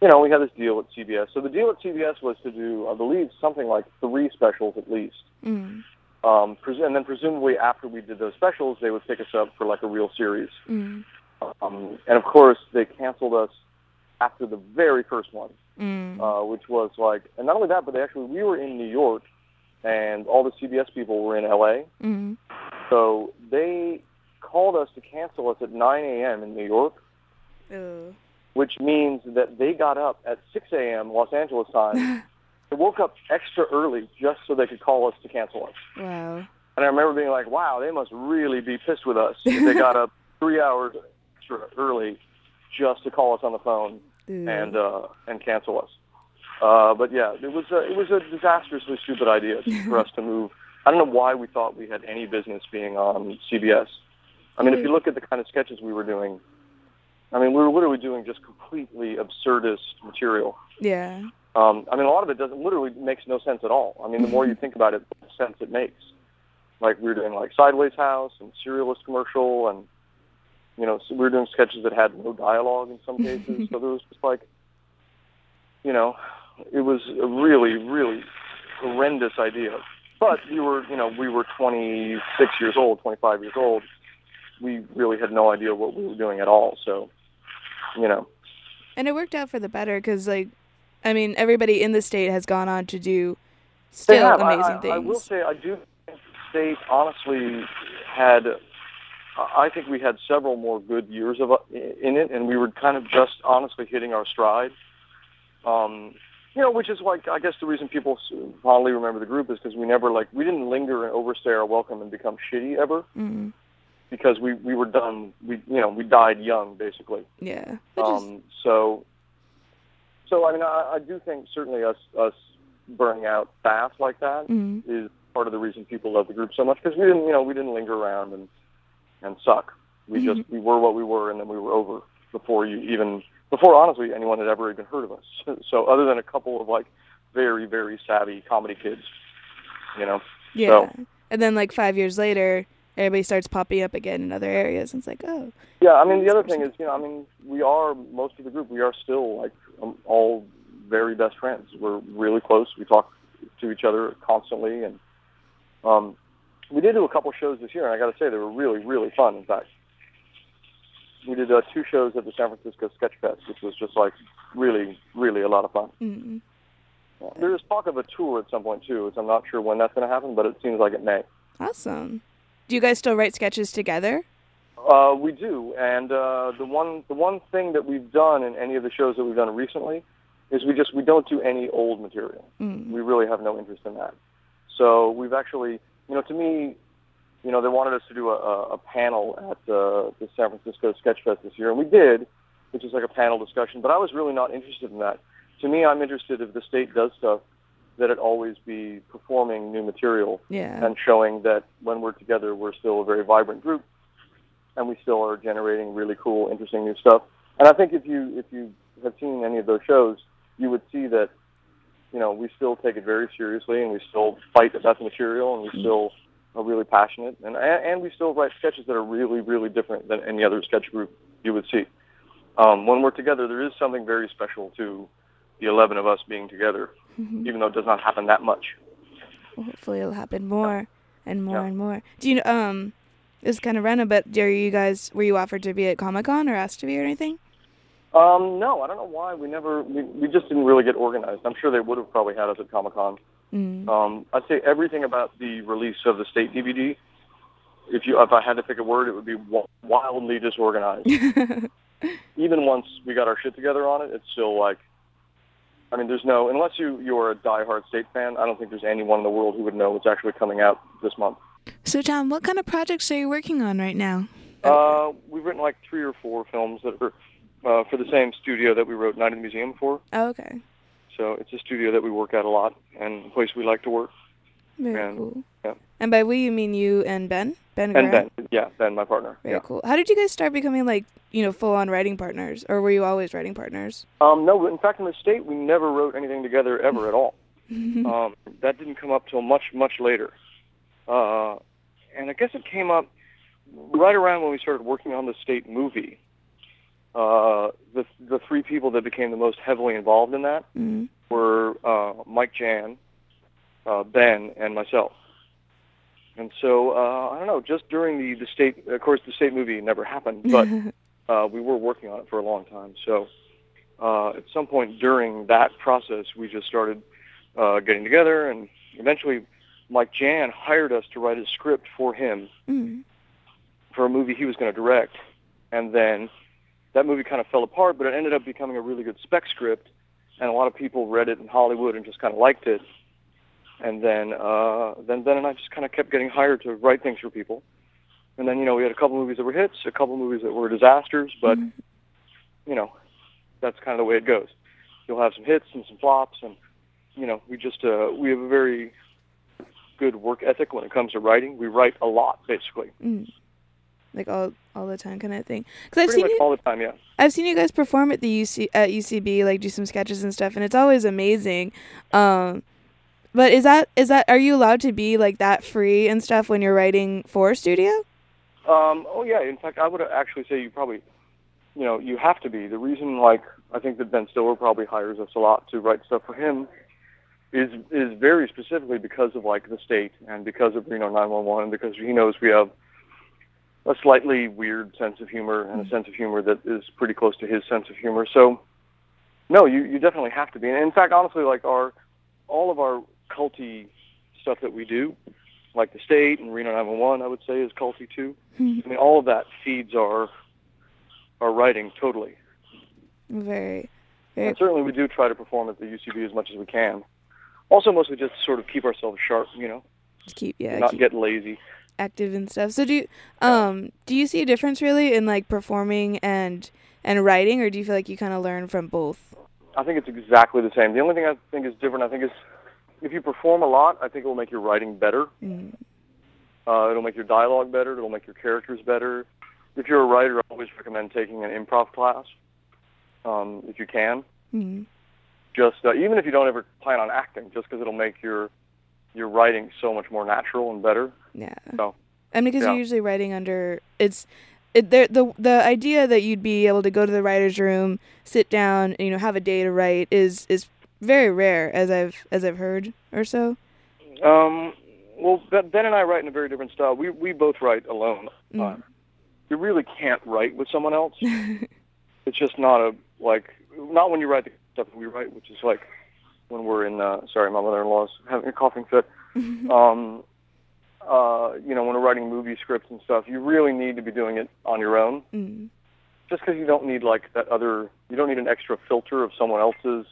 [SPEAKER 3] You know, we had this deal with CBS. So the deal with CBS was to do, I believe, something like three specials at least. Um, pres- and then presumably after we did those specials, they would pick us up for like a real series. Um, and of course, they canceled us after the very first one. uh, which was like, and not only that, but they actually we were in New York, and all the CBS people were in LA,
[SPEAKER 2] Mm.
[SPEAKER 3] so they called us to cancel us at 9 a.m. in New York,
[SPEAKER 2] Ooh.
[SPEAKER 3] which means that they got up at 6 a.m. Los Angeles time. they woke up extra early just so they could call us to cancel us.
[SPEAKER 2] Wow.
[SPEAKER 3] And I remember being like, wow, they must really be pissed with us. if They got up three hours extra early just to call us on the phone
[SPEAKER 2] Ooh.
[SPEAKER 3] and uh, and cancel us. Uh, but yeah, it was a, it was a disastrously stupid idea for us to move. I don't know why we thought we had any business being on CBS. I mean, if you look at the kind of sketches we were doing, I mean, we were literally doing just completely absurdist material.
[SPEAKER 2] yeah.
[SPEAKER 3] Um, I mean, a lot of it doesn't literally makes no sense at all. I mean, the more you think about it, the less sense it makes. Like we were doing like Sideways House and Serialist commercial, and you know, so we were doing sketches that had no dialogue in some cases. so there was just like, you know, it was a really, really horrendous idea. But we were, you know, we were 26 years old, 25 years old. We really had no idea what we were doing at all. So, you know,
[SPEAKER 2] And it worked out for the better because, like, I mean, everybody in the state has gone on to do
[SPEAKER 3] They
[SPEAKER 2] still
[SPEAKER 3] have. I-
[SPEAKER 2] amazing
[SPEAKER 3] I,
[SPEAKER 2] things.
[SPEAKER 3] I will say, I do think state honestly had. I I think we had several more good years of uh, in it, and we were kind of just honestly hitting our stride. Um, you know, which is like I guess the reason people s- fondly remember the group is because we never like we didn't linger and overstay our welcome and become shitty ever
[SPEAKER 2] Mm.
[SPEAKER 3] because we we were done. We you know we died young basically.
[SPEAKER 2] Yeah. Which is-
[SPEAKER 3] Um, so, so I mean, I, I do think certainly us us burning out fast like that is
[SPEAKER 2] mm.
[SPEAKER 3] part of the reason people love the group so much because we didn't you know we didn't linger around and and suck. We just we were what we were, and then we were over before you even before honestly anyone had ever even heard of us. So, other than a couple of like very very savvy comedy kids, you know.
[SPEAKER 2] Yeah. And then, like, five years later, everybody starts popping up again in other areas. And it's like, oh,
[SPEAKER 3] Yeah, I mean the other thing is you know I mean we are most of the group we are still like um, all very best friends. We're really close. We talk to each other constantly, and um, we did do a couple shows this year, and I got to say they were really, really fun. In fact, we did uh, two shows at the San Francisco Sketch Fest, which was just like really, really a lot of fun.
[SPEAKER 2] mm.
[SPEAKER 3] Yeah. There is talk of a tour at some point too, which I'm not sure when that's going to happen, but it seems like it may.
[SPEAKER 2] awesome. Do you guys still write sketches together?
[SPEAKER 3] Uh, we do, and uh, the one the one thing that we've done in any of the shows that we've done recently is we just we don't do any old material.
[SPEAKER 2] Mm.
[SPEAKER 3] We really have no interest in that. So we've actually, you know, to me, you know, they wanted us to do a, a, a panel at uh, the San Francisco Sketch Fest this year, and we did, which is like a panel discussion. But I was really not interested in that. To me, I'm interested if the state does stuff that it always be performing new material
[SPEAKER 2] Yeah.
[SPEAKER 3] and showing that when we're together, we're still a very vibrant group, and we still are generating really cool, interesting new stuff. And I think if you if you have seen any of those shows, you would see that you know we still take it very seriously, and we still fight about the material, and we still are really passionate, and and we still write sketches that are really really different than any other sketch group you would see. Um, when we're together, there is something very special to the 11 of us being together, even though it does not happen that much.
[SPEAKER 2] Well, hopefully it'll happen more and more
[SPEAKER 3] Yeah.
[SPEAKER 2] and more. Do you um it's kind of random, but do you guys were you offered to be at Comic Con or asked to be or anything?
[SPEAKER 3] Um, no, I don't know why we never we, we just didn't really get organized. I'm sure they would have probably had us at Comic Con.
[SPEAKER 2] Mm.
[SPEAKER 3] Um, I'd say everything about the release of the state DVD. If you if I had to pick a word, it would be wi- wildly disorganized. Even once we got our shit together on it, it's still like, I mean, there's no unless you you're a diehard state fan. I don't think there's anyone in the world who would know what's actually coming out this month.
[SPEAKER 4] So, Tom, what kind of projects are you working on right now?
[SPEAKER 3] Uh, we've written like three or four films that are uh, for the same studio that we wrote Night in the Museum for.
[SPEAKER 2] Oh, okay.
[SPEAKER 3] So it's a studio that we work at a lot and a place we like to work.
[SPEAKER 2] Very
[SPEAKER 3] And-
[SPEAKER 2] cool.
[SPEAKER 3] yeah.
[SPEAKER 2] And by we you mean you and Ben? Ben
[SPEAKER 3] And
[SPEAKER 2] Graham?
[SPEAKER 3] Ben, yeah, Ben, my partner.
[SPEAKER 2] Very
[SPEAKER 3] yeah.
[SPEAKER 2] cool. How did you guys start becoming like, you know, full on writing partners? Or were you always writing partners?
[SPEAKER 3] Um, no, in fact, in the state, we never wrote anything together ever at all. um, that didn't come up till much, much later. Uh, and I guess it came up right around when we started working on the state movie. Uh, the the three people that became the most heavily involved in that
[SPEAKER 2] Mm.
[SPEAKER 3] were uh, Mike Jan, uh, Ben, and myself. And so uh, I don't know. Just during the the state, of course, the state movie never happened, but uh, we were working on it for a long time. So uh, at some point during that process, we just started uh, getting together, and eventually, Mike Jan hired us to write a script for him
[SPEAKER 4] Mm.
[SPEAKER 3] for a movie he was going to direct, and then that movie kind of fell apart, but it ended up becoming a really good spec script, and a lot of people read it in Hollywood and just kind of liked it, and then uh, then Ben and I just kind of kept getting hired to write things for people, and then you know we had a couple movies that were hits, a couple movies that were disasters, but you know that's kind of the way it goes. You'll have some hits and some flops, and you know we just uh, we have a very good work ethic when it comes to writing. We write a lot basically,
[SPEAKER 2] Mm. Like all all the time kind of thing. Because I've seen
[SPEAKER 3] pretty much
[SPEAKER 2] you,
[SPEAKER 3] all the time. Yeah.
[SPEAKER 2] I've seen you guys perform at the UC at UCB, like do some sketches and stuff, and it's always amazing. Um, but is that is that are you allowed to be like that free and stuff when you're writing for a studio?
[SPEAKER 3] Um, oh yeah. In fact, I would actually say you probably, you know, you have to be. The reason, like, I think that Ben Stiller probably hires us a lot to write stuff for him, is is very specifically because of like the state and because of Reno 911 and because he knows we have a slightly weird sense of humor and a sense of humor that is pretty close to his sense of humor. So, no, you you definitely have to be. And in fact, honestly, like our all of our culty stuff that we do, like the state and Reno 911, I would say is culty too. I mean, all of that feeds our our writing totally.
[SPEAKER 2] Very,
[SPEAKER 3] And
[SPEAKER 2] very.
[SPEAKER 3] certainly, we do try to perform at the UCB as much as we can. Also, mostly just sort of keep ourselves sharp, you know,
[SPEAKER 2] keep yeah,
[SPEAKER 3] not
[SPEAKER 2] keep
[SPEAKER 3] get lazy.
[SPEAKER 2] active and stuff. So do you, um do you see a difference really in like performing and and writing, or do you feel like you kind of learn from both?
[SPEAKER 3] I think it's exactly the same. The only thing I think is different, I think, is if you perform a lot, I think it will make your writing better.
[SPEAKER 2] Mm.
[SPEAKER 3] Uh, it'll make your dialogue better. It'll make your characters better. If you're a writer, I always recommend taking an improv class um, if you can.
[SPEAKER 2] Mm.
[SPEAKER 3] just uh, even if you don't ever plan on acting, just because it'll make your your writing so much more natural and better.
[SPEAKER 2] Yeah.
[SPEAKER 3] No.
[SPEAKER 2] I mean, because
[SPEAKER 3] Yeah.
[SPEAKER 2] you're usually writing under it's. It, there, the the idea that you'd be able to go to the writer's room, sit down, and, you know, have a day to write is is very rare, as I've as I've heard or so.
[SPEAKER 3] Um, well, Ben Ben and I write in a very different style. We we both write alone.
[SPEAKER 2] Mm.
[SPEAKER 3] Uh, you really can't write with someone else. it's just not a like not when you write the stuff that we write, which is like when we're in. Uh, sorry, my mother-in-law's having a coughing fit. um, uh, you know, when we're writing movie scripts and stuff, you really need to be doing it on your own.
[SPEAKER 2] Mm.
[SPEAKER 3] just because you don't need like that other you don't need an extra filter of someone else's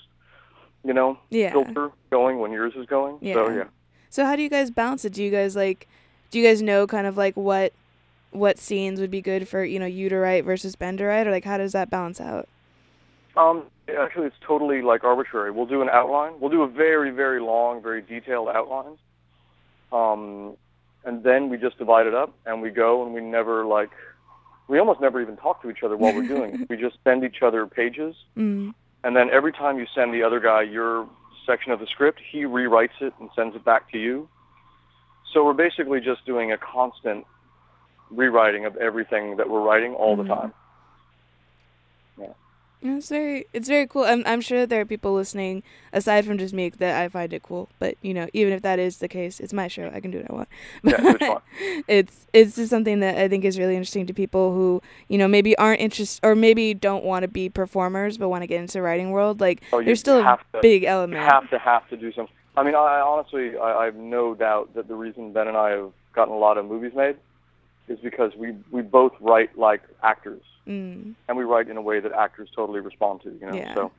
[SPEAKER 3] you know
[SPEAKER 2] Yeah.
[SPEAKER 3] filter going when yours is going so
[SPEAKER 2] Yeah.
[SPEAKER 3] yeah
[SPEAKER 2] So how do you guys balance it? Do you guys like do you guys know kind of like what what scenes would be good for, you know, you to write versus Ben to write or like how does that balance out?
[SPEAKER 3] um actually it's totally like arbitrary we'll do an outline we'll do a very very long very detailed outline um and then we just divide it up and we go and we never like we almost never even talk to each other while we're doing it we just send each other pages
[SPEAKER 2] Mm.
[SPEAKER 3] and then every time you send the other guy your section of the script, he rewrites it and sends it back to you. So we're basically just doing a constant rewriting of everything that we're writing all the time.
[SPEAKER 2] Yeah, It's very it's very cool. I'm I'm sure there are people listening aside from just me that I find it cool, but you know, even if that is the case, it's my show. I can do what I want.
[SPEAKER 3] Yeah, so it's fun.
[SPEAKER 2] it's it's just something that I think is really interesting to people who you know maybe aren't interested or maybe don't want to be performers but want to get into the writing world. Like
[SPEAKER 3] Oh, you
[SPEAKER 2] there's still a
[SPEAKER 3] have to-
[SPEAKER 2] big
[SPEAKER 3] You
[SPEAKER 2] element.
[SPEAKER 3] have to have to do some. I mean, I, I honestly, I, I have no doubt that the reason Ben and I have gotten a lot of movies made is because we we both write like actors,
[SPEAKER 2] Mm,
[SPEAKER 3] and we write in a way that actors totally respond to. You know,
[SPEAKER 2] Yeah.
[SPEAKER 3] so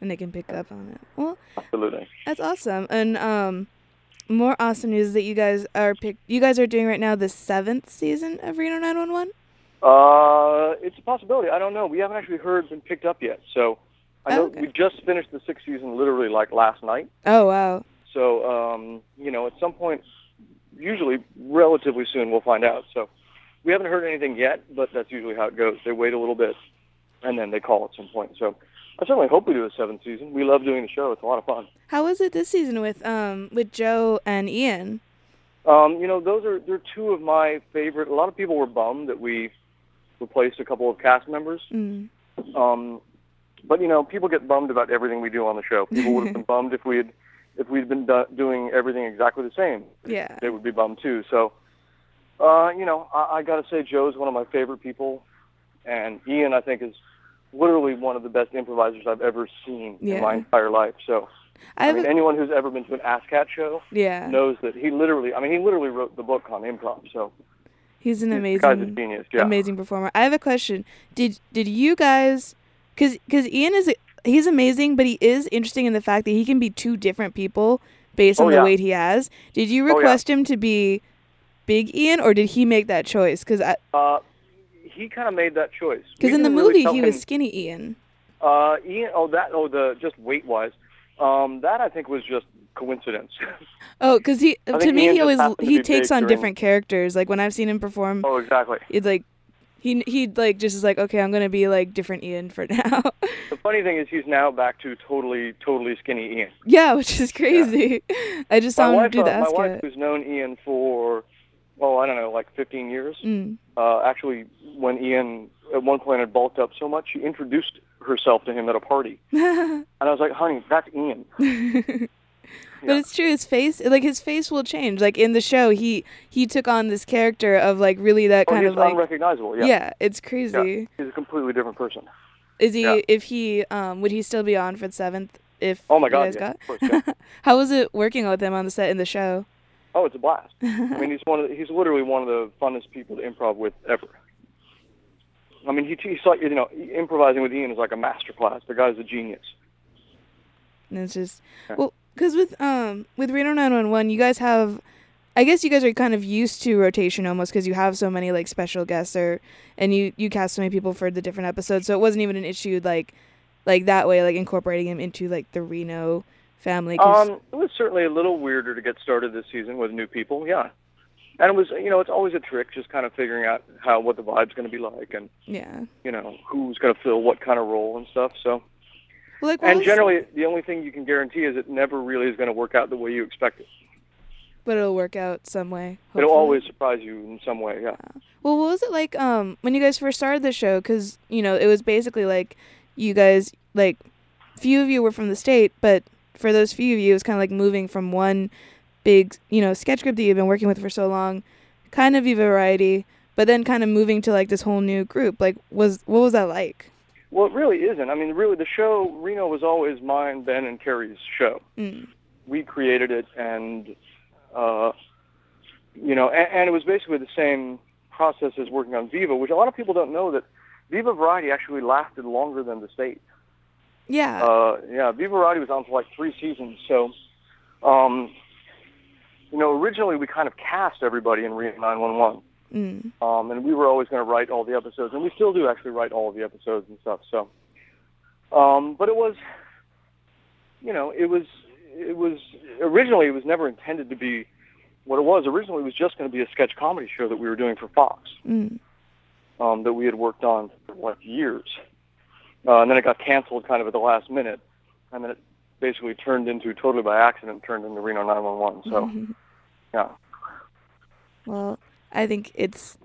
[SPEAKER 2] and they can pick up on it. Well,
[SPEAKER 3] absolutely.
[SPEAKER 2] That's awesome. And um more awesome news that you guys are pick you guys are doing right now the seventh season of Reno nine one one.
[SPEAKER 3] Uh, it's a possibility. I don't know. We haven't actually heard been picked up yet. So I know
[SPEAKER 2] Oh, Okay.
[SPEAKER 3] we just finished the sixth season literally like last night.
[SPEAKER 2] Oh wow.
[SPEAKER 3] So um, you know, at some point, usually relatively soon, we'll find out. So we haven't heard anything yet, but that's usually how it goes. They wait a little bit, and then they call at some point. So I certainly hope we do a seventh season. We love doing the show. It's a lot of fun.
[SPEAKER 2] How was it this season with um with Joe and Ian?
[SPEAKER 3] Um, you know, those are they're two of my favorite. A lot of people were bummed that we replaced a couple of cast members.
[SPEAKER 2] Mm.
[SPEAKER 3] Um, but you know, people get bummed about everything we do on the show. People would have been bummed if we had if we'd been do- doing everything exactly the same.
[SPEAKER 2] Yeah.
[SPEAKER 3] They would be bummed too. So, uh, you know, I, I got to say Joe's one of my favorite people, and Ian I think is literally one of the best improvisers I've ever seen
[SPEAKER 2] Yeah.
[SPEAKER 3] in my entire life. So
[SPEAKER 2] I
[SPEAKER 3] I
[SPEAKER 2] have
[SPEAKER 3] mean,
[SPEAKER 2] a,
[SPEAKER 3] anyone who's ever been to an ASCAT show
[SPEAKER 2] yeah.
[SPEAKER 3] knows that he literally. I mean, he literally wrote the book on improv. So
[SPEAKER 2] He's an
[SPEAKER 3] this guy's a
[SPEAKER 2] amazing
[SPEAKER 3] genius. Yeah.
[SPEAKER 2] amazing performer. I have a question. Did did you guys cuz cuz Ian is he's amazing, but he is interesting in the fact that he can be two different people based
[SPEAKER 3] Oh,
[SPEAKER 2] on
[SPEAKER 3] yeah. Oh,
[SPEAKER 2] the weight he has. Did you
[SPEAKER 3] yeah.
[SPEAKER 2] request him to be Big Ian or did he make that choice cuz
[SPEAKER 3] Uh, he kind of made that choice. We
[SPEAKER 2] cuz in the
[SPEAKER 3] didn't really
[SPEAKER 2] movie
[SPEAKER 3] tell
[SPEAKER 2] he
[SPEAKER 3] him-
[SPEAKER 2] was skinny Ian.
[SPEAKER 3] Uh, Ian, oh that, oh the just weight wise, um, that I think was just coincidence.
[SPEAKER 2] Oh, cuz he
[SPEAKER 3] I
[SPEAKER 2] to
[SPEAKER 3] think
[SPEAKER 2] me
[SPEAKER 3] Ian
[SPEAKER 2] he
[SPEAKER 3] just
[SPEAKER 2] always
[SPEAKER 3] happened to
[SPEAKER 2] he
[SPEAKER 3] be
[SPEAKER 2] takes
[SPEAKER 3] big
[SPEAKER 2] on
[SPEAKER 3] during-
[SPEAKER 2] different characters. Like when I've seen him perform,
[SPEAKER 3] oh, exactly.
[SPEAKER 2] it's like he he like just is like okay, I'm going to be like different Ian for now.
[SPEAKER 3] The funny thing is, he's now back to totally, totally skinny Ian.
[SPEAKER 2] yeah, which is crazy. I just saw
[SPEAKER 3] my
[SPEAKER 2] him
[SPEAKER 3] wife,
[SPEAKER 2] do the
[SPEAKER 3] uh, my wife,
[SPEAKER 2] Ascot.
[SPEAKER 3] who's known Ian for, oh, I don't know, like 15 years.
[SPEAKER 2] Mm.
[SPEAKER 3] Uh, actually, when Ian at one point had bulked up so much, she introduced herself to him at a party, and I was like, "Honey, that's Ian."
[SPEAKER 2] But it's true. His face, like his face, will change. Like in the show, he he took on this character of like really that
[SPEAKER 3] Oh,
[SPEAKER 2] kind
[SPEAKER 3] he's
[SPEAKER 2] of like
[SPEAKER 3] unrecognizable.
[SPEAKER 2] yeah.
[SPEAKER 3] Yeah.
[SPEAKER 2] it's
[SPEAKER 3] Yeah.
[SPEAKER 2] crazy.
[SPEAKER 3] he's a completely different person.
[SPEAKER 2] Is he
[SPEAKER 3] Yeah.
[SPEAKER 2] if he um would he still be on for the seventh if
[SPEAKER 3] Oh my
[SPEAKER 2] you
[SPEAKER 3] God,
[SPEAKER 2] guys
[SPEAKER 3] yeah,
[SPEAKER 2] got
[SPEAKER 3] of course, yeah.
[SPEAKER 2] how was it working with him on the set in the show?
[SPEAKER 3] Oh, it's a blast. I mean, he's one of the, he's literally one of the funnest people to improv with ever. I mean, he, he's like you know, improvising with Ian is like a master class. The guy's a genius.
[SPEAKER 2] And it's just
[SPEAKER 3] Yeah.
[SPEAKER 2] well, because with um with Reno nine one one, you guys have, I guess you guys are kind of used to rotation almost because you have so many like special guests or, and you you cast so many people for the different episodes, so it wasn't even an issue like, like that way like incorporating him into like the Reno family. 'cause-
[SPEAKER 3] Um, it was certainly a little weirder to get started this season with new people, yeah. And it was, you know, it's always a trick, just kind of figuring out how what the vibe's going to be like, and
[SPEAKER 2] yeah.
[SPEAKER 3] you know who's going to fill what kind of role and stuff. So,
[SPEAKER 2] Well, like what
[SPEAKER 3] and
[SPEAKER 2] was-
[SPEAKER 3] generally, the only thing you can guarantee is it never really is going to work out the way you expect it.
[SPEAKER 2] but it'll work out some way.
[SPEAKER 3] It'll
[SPEAKER 2] hopefully.
[SPEAKER 3] always surprise you in some way, yeah.
[SPEAKER 2] Well, what was it like um when you guys first started the show? Because you know it was basically like you guys like few of you were from the state, but for those few of you, it was kind of like moving from one big you know sketch group that you've been working with for so long, kind of a variety, but then kind of moving to like this whole new group. Like, was what was that like?
[SPEAKER 3] Well, it really isn't. I mean, really, the show Reno was always mine, Ben and Carrie's show.
[SPEAKER 2] Mm.
[SPEAKER 3] We created it, and uh, you know, and, and it was basically the same process as working on Viva, which a lot of people don't know that Viva Variety actually lasted longer than the state.
[SPEAKER 2] Yeah,
[SPEAKER 3] Uh, yeah, Viva Variety was on for like three seasons. So, um, you know, originally we kind of cast everybody in Reno 911.
[SPEAKER 2] mm.
[SPEAKER 3] Um, and we were always going to write all the episodes, and we still do actually write all of the episodes and stuff. So, um, but it was, you know, it was, it was originally it was never intended to be what it was. Originally, it was just going to be a sketch comedy show that we were doing for Fox,
[SPEAKER 2] Mm.
[SPEAKER 3] um, that we had worked on for like years, uh, and then it got canceled kind of at the last minute, and then it basically turned into totally by accident turned into Reno 911. So, yeah.
[SPEAKER 2] Well, I think it's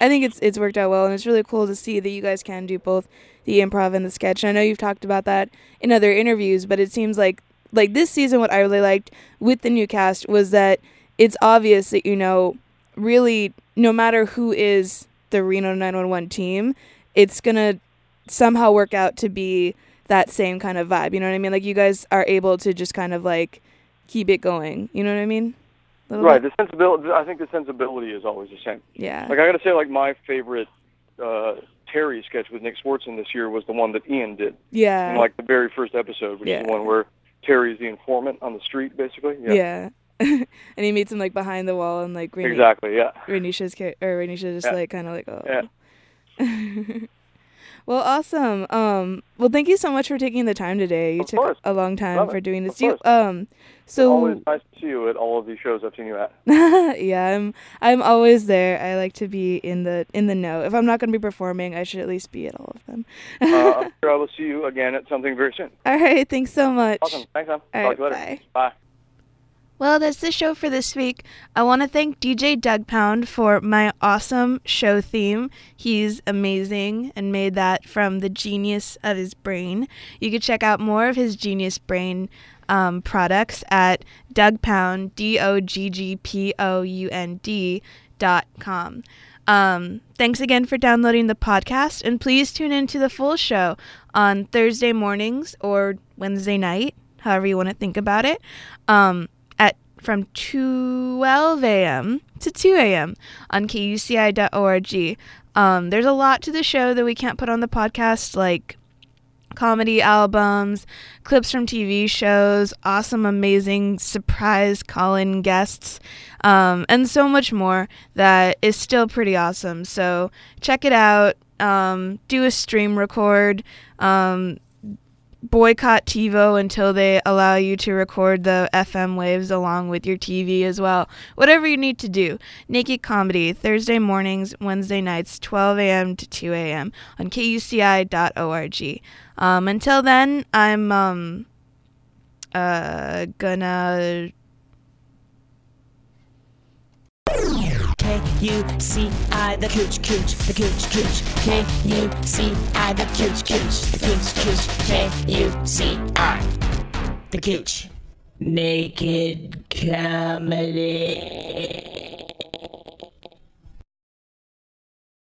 [SPEAKER 2] I think it's it's worked out well and it's really cool to see that you guys can do both the improv and the sketch. And I know you've talked about that in other interviews, but it seems like like this season what I really liked with the new cast was that it's obvious that you know really no matter who is the Reno 911 team, it's going to somehow work out to be that same kind of vibe. You know what I mean? Like you guys are able to just kind of like keep it going. You know what I mean? Little
[SPEAKER 3] Right,
[SPEAKER 2] bit.
[SPEAKER 3] the sensibility. I think the sensibility is always the same.
[SPEAKER 2] Yeah.
[SPEAKER 3] Like I gotta say, like my favorite uh, Terry sketch with Nick Swartzen this year was the one that Ian did
[SPEAKER 2] Yeah.
[SPEAKER 3] in like the very first episode, which
[SPEAKER 2] Uh, Yeah.
[SPEAKER 3] is the one where Terry is the informant on the street, basically. Yeah,
[SPEAKER 2] Yeah. and he meets him like behind the wall and like Rain-
[SPEAKER 3] exactly. Yeah,
[SPEAKER 2] Rainisha's char- or Rainisha just
[SPEAKER 3] Yeah.
[SPEAKER 2] like kind of like oh.
[SPEAKER 3] Yeah.
[SPEAKER 2] well, awesome. Um, well, thank you so much for taking the time today. You
[SPEAKER 3] Of
[SPEAKER 2] took
[SPEAKER 3] course.
[SPEAKER 2] a long time
[SPEAKER 3] Love it.
[SPEAKER 2] for doing this.
[SPEAKER 3] Of
[SPEAKER 2] Do you,
[SPEAKER 3] course.
[SPEAKER 2] um,
[SPEAKER 3] always
[SPEAKER 2] so
[SPEAKER 3] nice to see you at all of these shows I've seen you at.
[SPEAKER 2] yeah, I'm I'm always there. I like to be in the in the know. If I'm not going to be performing, I should at least be at all of them.
[SPEAKER 3] Uh, I'm sure I will see you again at something very soon.
[SPEAKER 2] all right, thanks so much.
[SPEAKER 3] Awesome. Thanks, man.
[SPEAKER 2] All
[SPEAKER 3] Talk to you
[SPEAKER 2] right,
[SPEAKER 3] later. Bye.
[SPEAKER 4] Well, that's the show for this week. I want to thank DJ Doug Pound for my awesome show theme. He's amazing and made that from the genius of his brain. You can check out more of his genius brain um, products at Doug Pound, D O G G P O U N D
[SPEAKER 2] gmail.com. Um, thanks again for downloading the podcast, and please tune in to the full show on Thursday mornings or Wednesday night, however you want to think about it, um, at from 12 a.m. to 2 a.m. on kuci.org. Um, there's a lot to the show that we can't put on the podcast, like comedy albums, clips from TV shows, awesome, amazing surprise call in guests, um, and so much more that is still pretty awesome. So check it out. Um, do a stream record. Um, boycott TiVo until they allow you to record the FM waves along with your TV as well. Whatever you need to do. Naked Comedy, Thursday mornings, Wednesday nights, 12 a.m. to 2 a.m. on kuci.org. Um, until then, I'm um, uh, gonna.
[SPEAKER 1] K U C I the cooch cooch the cooch cooch K U C I the cooch cooch the cooch cooch K U C I the cooch naked comedy.